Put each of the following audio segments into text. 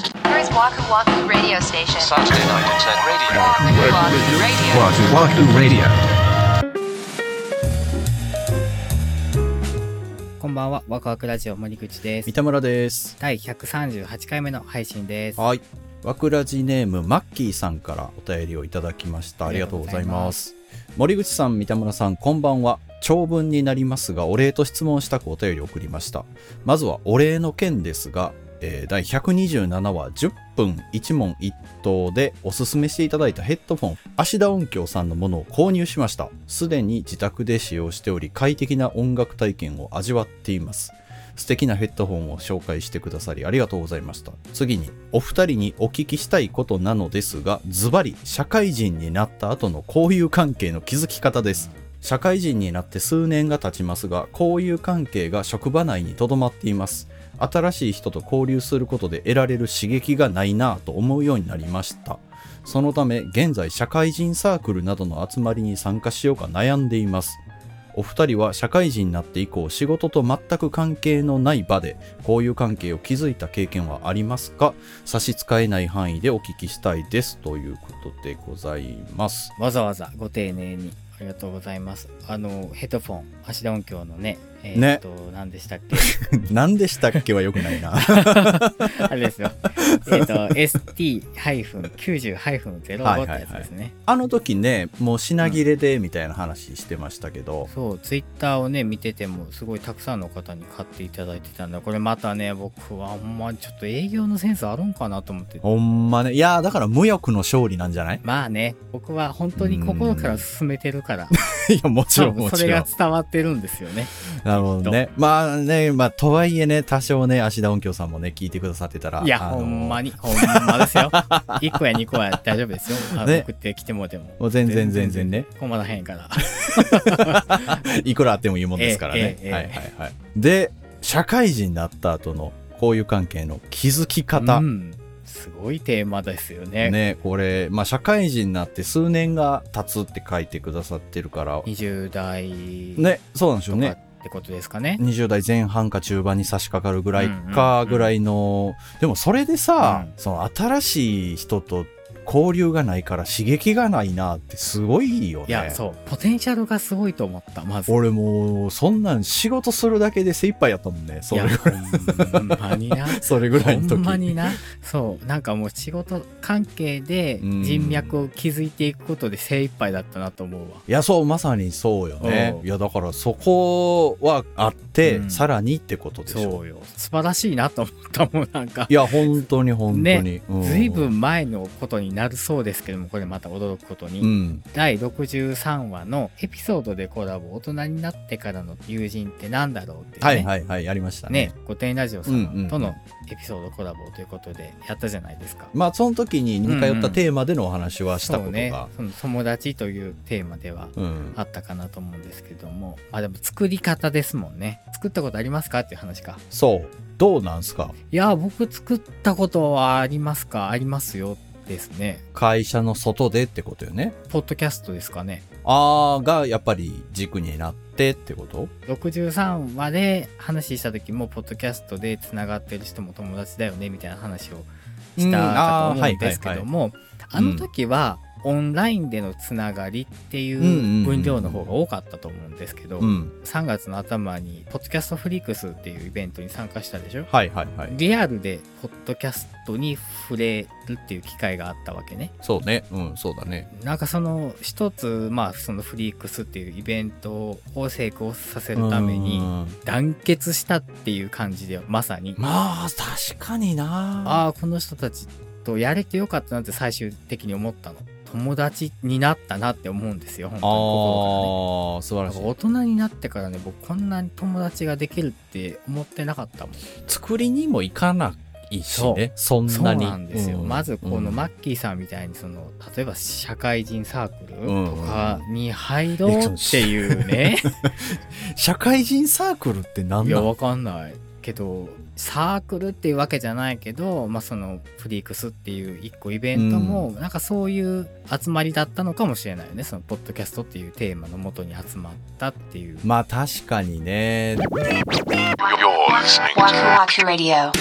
Waku Waku Radio Station. Saturday night at 10 radio. Waku Waku Radio. Wahoo Wahoo Radio. こんばんは、ワクワクラジオ森口です三。田村です。第138回目の配信です。はい。わくらじネーム、マッキーさんからお便りをいただきました。あありりががととううごござざいいまます。森口さん、三田村さん、こんばんは。長文になりますが、お礼と質問したくお便りを送りました。まずはお礼の件ですが、えー第127話10分1問1答でおすすめしていただいたヘッドフォン、芦田音響さんのものを購入しました。すでに自宅で使用しており、快適な音楽体験を味わっています。素敵なヘッドホンを紹介してくださりありがとうございました。次に、お二人にお聞きしたいことなのですが、ズバリ、社会人になった後の交友関係の築き方です。社会人になって数年が経ちますが、交友関係が職場内に留まっています。新しい人と交流することで得られる刺激がないなぁと思うようになりました。そのため、現在社会人サークルなどの集まりに参加しようか悩んでいます。お二人は社会人になって以降仕事と全く関係のない場で交友関係を築いた経験はありますか差し支えない範囲でお聞きしたいですということでございます。わざわざご丁寧にありがとうございます。あの、ヘッドフォン、芦田音響のね、えー、ねっと、何でしたっ け 何でしたっけは良くないな。あれですよ。えーっと、ST-90-05 ってやはいはいはいつですね。 あの時ね、もう品切れでみたいな話してましたけど、そう、ツイッターをね、見てても、すごいたくさんの方に買っていただいてたんだ。これまたね、僕はほんまにちょっと営業のセンスあるんかなと思って。ほんまね。いやー、だから無欲の勝利なんじゃないまあね、僕は本当に心から進めてるから、 いや、もち多ろんも分そちれろがん。伝わってるんですよね。なるほどね。まあね、まあ、とはいえね、多少ね、芦田音響さんもね、聞いてくださってたら。いや、あのーほんまに、ほんまですよ。1個や2個は大丈夫ですよ。あね送ってきてもでも。もう全然全然ね。困らへんから。いくらあってもいいもんですからね。ええええはいはいはい。で、社会人になった後の交友関係の気づき方。うん。すごいテーマですよね。ね、これ、まあ、社会人になって数年が経つって書いてくださってるから、 20代とね、そうなんですよかね。ってことですかね。 20代前半か中盤に差し掛かるぐらいかぐらいの、でもそれでさ、うその新しい人と交流がないから刺激がないなってすごいよね。いや、そう。ポテンシャルがすごいと思った、まず。俺もうそんなん仕事するだけで精一杯やったもんね。そいれや、ほんまに な。それぐらいのほ時んまになそうなんかもう仕事関係でうん人脈を築いていくことで精一杯だったなと思うわいやそうまさにそうよねうんいやだからそこはあって、うんさらにってことでしょそうよ素晴らしいなと思ったもんなんかいや本当に本当に、ねうん、ずいぶん前のことになるそうですけどもこれまた驚くことに、うん第63話のエピソードでコラボ大人になってからの友人ってなんだろうっていうね、はいはいはいやりましたねね、御殿ラジオさうんうんうんんとのエピソードコラボということでやったじゃないですか。まあその時に似通ったテーマでのお話はしたそこうとねが、その友達というテーマではうん、あったかなと思うんですけども、まあでも作り方ですもんね。作ったことありますかっていう話か。そうどうなんすかいや、僕作ったことはありますかありますよですね。会社の外でってことよねポッドキャストですかね。あーがやっぱり軸になってってこと63話で話した時もポッドキャストでつながってる人も友達だよねみたいな話をしたかと思うんですけどもあうんあーはいはいはいの時はオンラインでのつながりっていんうんうんううん分量の方が多かったと思うんですけどうん3月の頭に「ポッドキャストフリークス」っていうイベントに参加したでしょはいはいはいリアルでポッドキャストに触れるっていう機会があったわけねそうねうんそうだねなんかその一つまあそのフリークスっていうイベントを成功させるためにうん団結したっていう感じでまさに、まあ確かになああこの人たちとやれてよかったなって最終的に思ったの友達になったなって思うんですよ本当に心あー素晴かららねしなんいか大人になってからね僕こんなに友達ができるって思ってなかったもん作りにも行かないしねそそんうなになんですよ、うんまずこのうんマッキーさんみたいにその例えば社会人サークうんルとかに入ろうって いうね、社会人サークルって何いなやのわかんないけどサークルっていうわけじゃないけど、まあ、そのフリークスっていう一個イベントも、なんかそういう集まりだったのかもしれないよねそのポッドキャストっていうテーマのもとに集まったっていうまあ確かにね You're listening to Waku Waku Radio.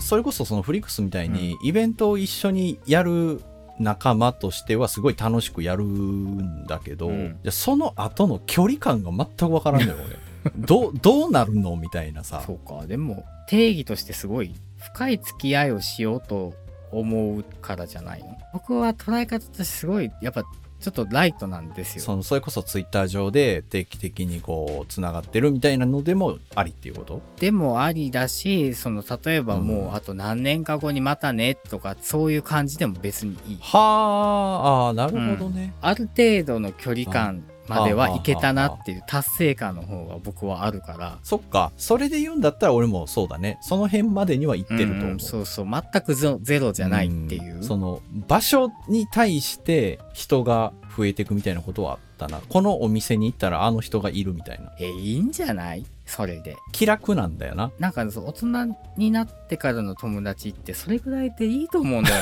それこそそのフリックスみたいにイベントを一緒にやる仲間としてはすごい楽しくやるんだけど、うんじゃあその後の距離感が全くわからんのよ 俺どうどうなるのみたいなさそうかでも定義としてすごい深い付き合いをしようと思うからじゃないの僕は捉え方としてすごいやっぱちょっとライトなんですよそのそれこそツイッター上で定期的にこうつながってるみたいなのでもありっていうことでもありだしその例えばうもんうあと何年か後にまたねとかそういう感じでも別にいいはああーなるほどね、ある程度の距離感まではいけたなっていう達成感の方が僕はあるからそっかそれで言うんだったら俺もそうだねその辺までには行ってると思う、うんそうそう全くゼロゼロじゃないっていう、んその場所に対して人が増えていくみたいなことはあったなこのお店に行ったらあの人がいるみたいなえいいんじゃないそれで気楽なんだよななんかそう大人になってからの友達ってそれぐらいでいいと思うんだよ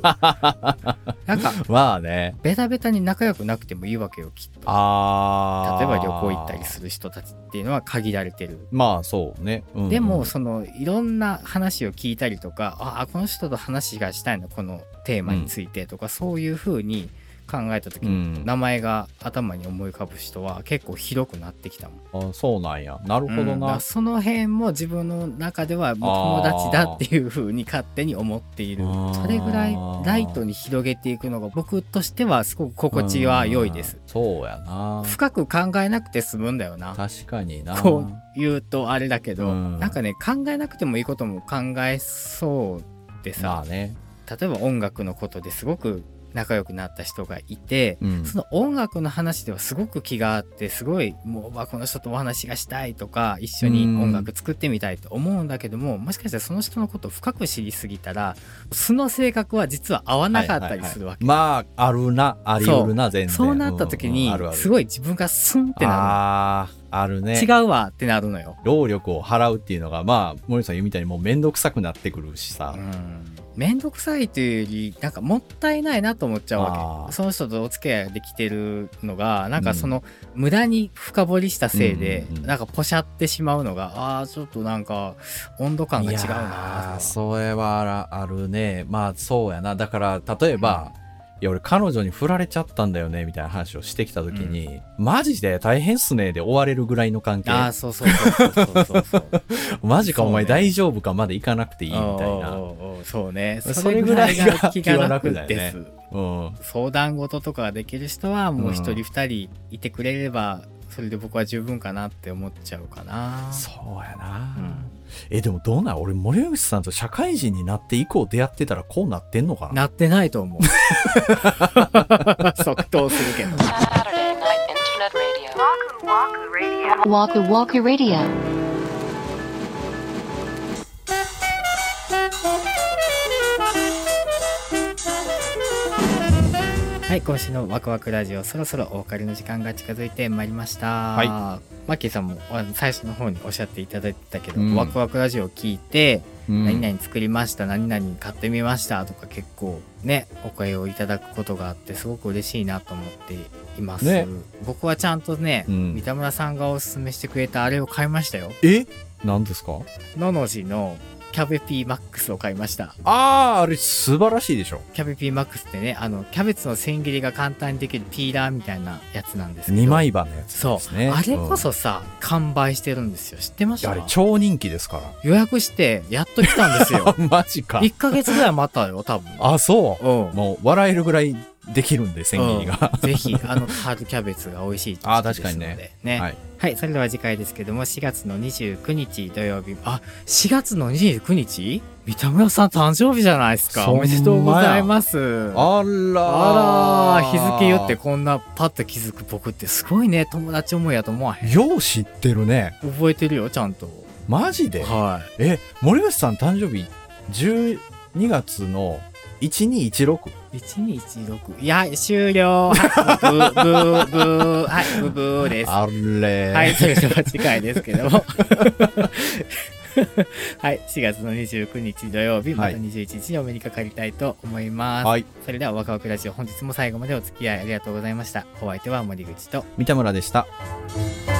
な僕なんかまあねベタベタに仲良くなくてもいいわけよきっとあー例えば旅行行ったりする人たちっていうのは限られてるまあそうね、うんうんでもそのいろんな話を聞いたりとかああこの人と話がしたいのこのテーマについてとか、そういう風に考えた時うに、ん名前が頭に思い浮かぶ人は結構広くなってきたもん。あそうなんやなるほどうんだかなら、その辺も自分の中ではもう友達だっていう風に勝手に思っているあーそれぐらいライトに広げていくのが僕としてはすごく心地は良いですうん。そうやな深く考えなくて済むんだよな。確かになこう言うとあれだけど、うんなんかね考えなくてもいいことも考えそうでまさあね、例えば音楽のことですごく仲良くなった人がいて、うんその音楽の話ではすごく気があってすごいもうわこの人とお話がしたいとか一緒に音楽作ってみたいと思うんだけども、もしかしたらその人のことを深く知りすぎたら素の性格は実は合わなかったりするわけ。まああるなありうるな全然そうなった時うんにうんあるあるすごい自分がスンってなあーあるるねの、違うわってなるのよ。労力を払うっていうのがまあ森さん言うみたいにもう面倒くさくなってくるしさ、うん面倒くさいというよりなんかもったいないなと思っちゃうわあーけその人とお付き合いできてるのがなんかその、無駄に深掘りしたせいで、うんうんうんなんかポシャってしまうのがあーちょっとなんか温度感が違ういやなーそれはあらあるねまあそうやなだから例えば、いや俺彼女に振られちゃったんだよねみたいな話をしてきた時に、マジで大変っすねで終われるぐらいの関係あーそうそうそうそうそうそうマジかお前そうね大丈夫かまでいかなくていいみたいおうおな、うおうそうねそれぐらいが気が楽気が楽だでよす、ねうん、相談事とかができる人はもう一うん人二人いてくれれば、それで僕は十分かなって思っちゃうかなそうやな、うんえでもどうなん俺森口さんと社会人になって以降出会ってたらこうなってんのか ななってないと思う。Saturday Night 即答するけど。Internet Radio. Waku Waku Radio. Waku Waku Radio. はい、今週のワクワクラジオ、そろそろお別れの時間が近づいてまいりました。いマッキーさんもあの最初の方におっしゃっていただいてたけど、うんワクワクラジオを聞いて、うん何々作りました、何々買ってみましたとか結構ね、お声をいただくことがあって、すごく嬉しいなと思っています。ね僕はちゃんとね、うん三田村さんがおすすめしてくれたあれを買いましたよ。え何ですかのの字のキャベピーマックスを買いました。あああれ素晴らしいでしょキャベピーマックスってねあのキャベツの千切りが簡単にできるピーラーみたいなやつなんですけど2枚刃のやつそでうすねあれこそさ、完売してるんですよ知ってましうんあたれ超人気ですから予約してやっと来たんです よマジか1ヶ月ぐらい待ったよ多分あそううんもう笑えるぐらいできるんで千切りが、うんぜひあの春キャベツが美味しい時期あー確かにですのねでねはいはい、それでは次回ですけども4月の29日土曜日あ4月の29日三田村さん誕生日じゃないですかそんおまやめでとうございますあらあら日付言ってこんなパッと気づく僕ってすごいね友達思いやと思わへんよう知ってるね覚えてるよちゃんとマジではえ森口さん誕生日12月の1216い1216いや終了はいブーブーブーはいブーブーですあれはいそれでは次回ですけども はい4月の29日土曜日まはいた21日にお目にかかりたいと思います、はいそれではワクワクラジオ本日も最後までお付き合いありがとうございましたお相手は森口と三田村でした Radio.